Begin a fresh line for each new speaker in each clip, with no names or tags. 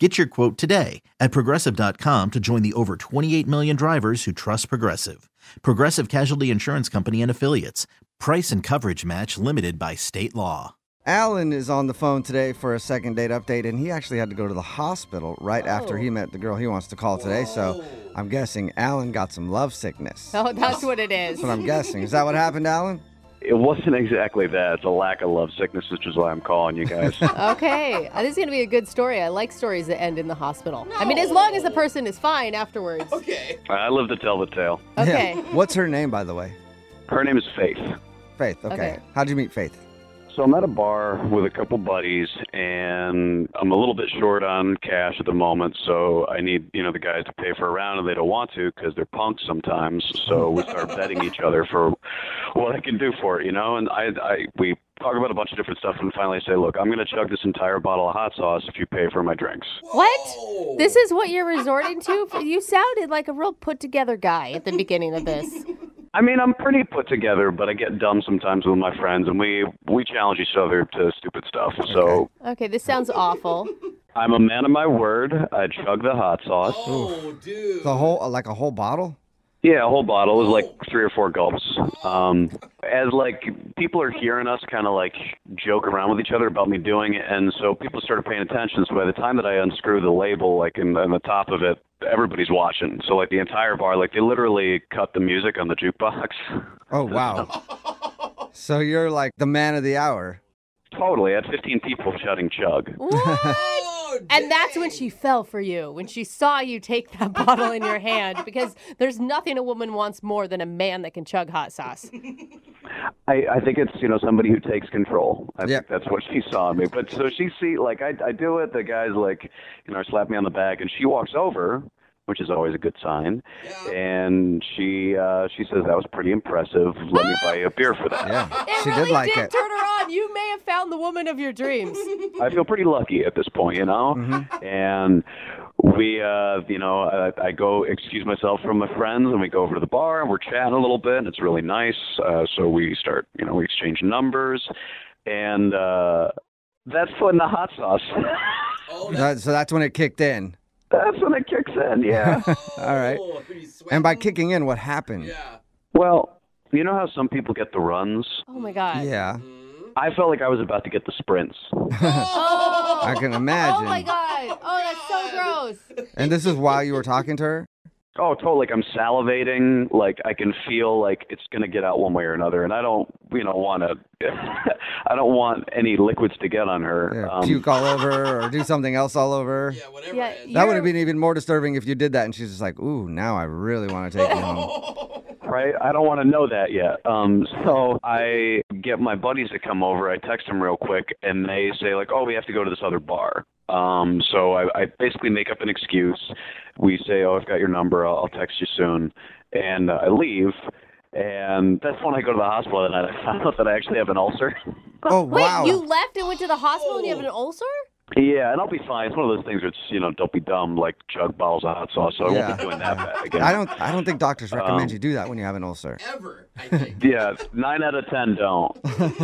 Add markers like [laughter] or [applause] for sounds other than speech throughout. Get your quote today at progressive.com to join the over 28 million drivers who trust Progressive. Progressive Casualty Insurance Company and Affiliates. Price and coverage match limited by state law.
Alan is on the phone today for a second date update, and he actually had to go to the hospital right after
Oh.
he met the girl he wants to call today. So I'm guessing Alan got some love sickness.
[laughs] Oh, that's what it is.
That's what I'm guessing. Is that what happened, Alan?
It wasn't exactly that. It's a lack of love sickness, which is why I'm calling you guys.
Okay, Uh, this is going to be a good story. I like stories that end in the hospital. I mean, as long as the person is fine afterwards. Okay.
I live to tell the tale.
[laughs] Okay.
What's her name, by the way?
Her name is Faith.
Faith. Okay.
Okay.
How'd you meet Faith?
So I'm at a bar with a couple buddies, and I'm a little bit short on cash at the moment. So I need, you know, the guys to pay for a round, and they don't want to because they're punks sometimes. So we start betting each other for what I can do for it, you know. And I, I, we talk about a bunch of different stuff, and finally I say, look, I'm going to chug this entire bottle of hot sauce if you pay for my drinks.
What? This is what you're resorting to? You sounded like a real put together guy at the beginning of this.
I mean, I'm pretty put together, but I get dumb sometimes with my friends, and we we challenge each other to stupid stuff. So
Okay, this sounds awful.
I'm a man of my word. I chug the hot sauce.
The whole, like a whole bottle?
Yeah, a whole bottle. It was like three or four gulps. Um, as like people are hearing us kind of like joke around with each other about me doing it, and so people started paying attention. So by the time that I unscrew the label, like in, in the top of it, everybody's watching. So like the entire bar, like they literally cut the music on the jukebox. [laughs]
Oh, wow.
[laughs]
so you're like the man of the hour.
totally, I had 15 people shouting chug.
What?
Oh,
And that's when she fell for you, when she saw you take that bottle in your hand, because there's nothing a woman wants more than a man that can chug hot sauce.
I, I think it's you know somebody who takes control. I
Yeah.
think that's what she saw in me. But so she see like I I do it. The guys like you know slap me on the back, and she walks over, which is always a good sign. And she uh, she says that was pretty impressive. Let me buy you a beer for that.
Yeah.
It
she
really
did like it.
turn her on. You may have found the woman of your dreams.
I feel pretty lucky at this point, you know. And we, uh, you know, I, I go excuse myself from my friends, and we go over to the bar, and we're chatting a little bit, and it's really nice. Uh, so we start, you know, we exchange numbers, and uh, that's when the hot sauce. [laughs]
That- so that's when it kicked in.
that's when it kicks in. Yeah.
All right. And by kicking in, what happened?
well, you know how some people get the runs.
Oh my God.
Yeah.
Mm-hmm.
I felt like I was about to get the sprints.
Oh.
I can imagine.
Oh my god! Oh, that's so gross.
And this is while you were talking to her?
Oh, totally. Like I'm salivating. Like I can feel like it's gonna get out one way or another, and I don't, you know, want to. [laughs] I don't want any liquids to get on her.
Yeah,
Um,
puke all over or do something else all over.
Yeah,
That
you're-
would have been even more disturbing if you did that and she's just like, ooh, now I really want to take you
[laughs]
home.
[laughs]
right? I don't want to know that yet. Um, so I get my buddies to come over. I text them real quick, and they say like, "Oh, we have to go to this other bar." Um, so I, I basically make up an excuse. We say, "Oh, I've got your number. I'll, I'll text you soon," and uh, I leave. And that's when I go to the hospital, and [laughs] I found out that I actually have an ulcer.
Oh,
Wait,
wow.
you left and went to the hospital, and you have
Oh.
an ulcer?
Yeah, and I'll be fine. It's one of those things where it's you know don't be dumb like chug bottles of hot sauce, so I
Yeah.
won't be doing that bad again.
I don't I don't think doctors recommend
Um,
you do that when you have an ulcer. [laughs]
Yeah, nine out of ten don't.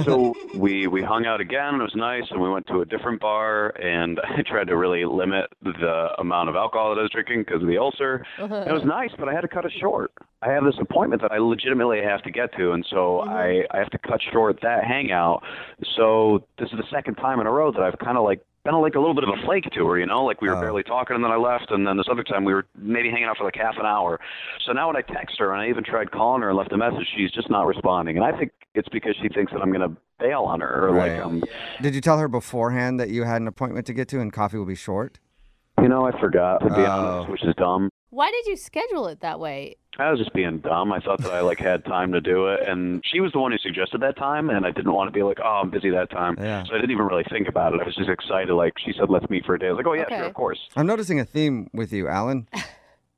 so we we hung out again. It was nice, and we went to a different bar, and [laughs] I tried to really limit the amount of alcohol that I was drinking because of the ulcer. It was nice, but I had to cut it short. I have this appointment that I legitimately have to get to, and so
Mm-hmm.
I I have to cut short that hangout. So this is the second time in a row that I've kind of like been like a little bit of a flake to her, you know, like we were
Oh.
barely talking and then I left and then this other time we were maybe hanging out for like half an hour. So now when I text her and I even tried calling her and left a message, she's just not responding. And I think it's because she thinks that I'm gonna bail on her or
Right.
like um
Did you tell her beforehand that you had an appointment to get to and coffee will be short?
you know, I forgot to be
Oh.
honest, which is dumb.
[laughs] Why did you schedule it that way?
I was just being dumb. I thought that I like had time to do it, and she was the one who suggested that time, and I didn't want to be like, oh, I'm busy that time.
Yeah.
So I didn't even really think about it. I was just excited. Like she said, let's meet for a day. I was like, oh yeah,
Okay.
sure, of course.
[laughs]
I'm noticing a theme with you, Alan.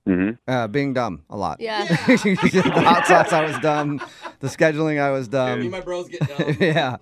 Mm-hmm.
Uh, being dumb a lot.
Yeah.
the [laughs] hot sauce I was dumb. The scheduling I was
Me and
dumb. [laughs]
my bros get dumb. [laughs]
yeah.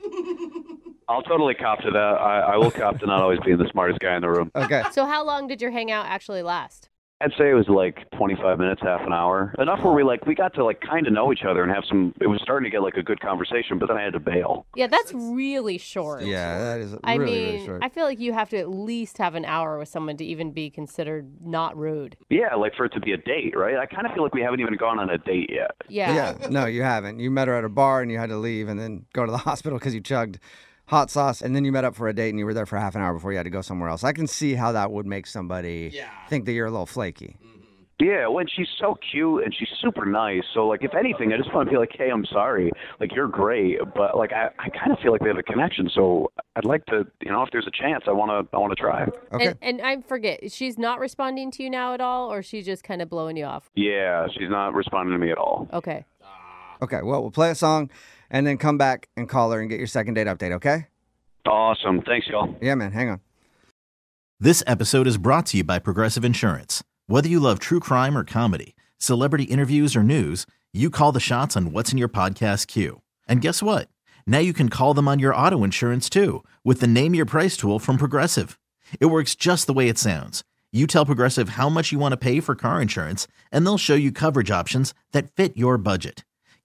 I'll totally cop to that. I, I will cop to not always being the smartest guy in the room.
Okay.
[laughs] So how long did your hangout actually last?
I'd say it was like 25 minutes, half an hour. Enough where we like we got to like kind of know each other and have some. It was starting to get like a good conversation, but then I had to bail.
Yeah, that's really short.
Yeah, that is really,
I
really
mean,
short.
I feel like you have to at least have an hour with someone to even be considered not rude.
Yeah, like for it to be a date, right? I kind of feel like we haven't even gone on a date yet.
Yeah.
yeah. No, you haven't. You met her at a bar and you had to leave and then go to the [laughs] hospital because you chugged hot sauce and then you met up for a date and you were there for half an hour before you had to go somewhere else. I can see how that would make somebody
Yeah. mm-hmm.
think that you're a little flaky.
Yeah, when she's so cute and she's super nice. So like, if anything, I just want to be like, hey, I'm sorry. Like you're great, but like I, I kind of feel like we have a connection. So I'd like to, you know, if there's a chance, I wanna, I wanna try.
Okay.
And, and I forget, she's not responding to you now at all, or she's just kind of blowing you off?
Yeah, she's not responding to me at all.
Okay.
Okay. Well, we'll play a song and then come back and call her and get your second date update, okay?
Awesome, thanks y'all.
Yeah, man. Hang on.
This episode is brought to you by Progressive Insurance. Whether you love true crime or comedy, celebrity interviews or news, you call the shots on what's in your podcast queue. And guess what? Now you can call them on your auto insurance too with the Name Your Price tool from Progressive. It works just the way it sounds. You tell Progressive how much you want to pay for car insurance, and they'll show you coverage options that fit your budget.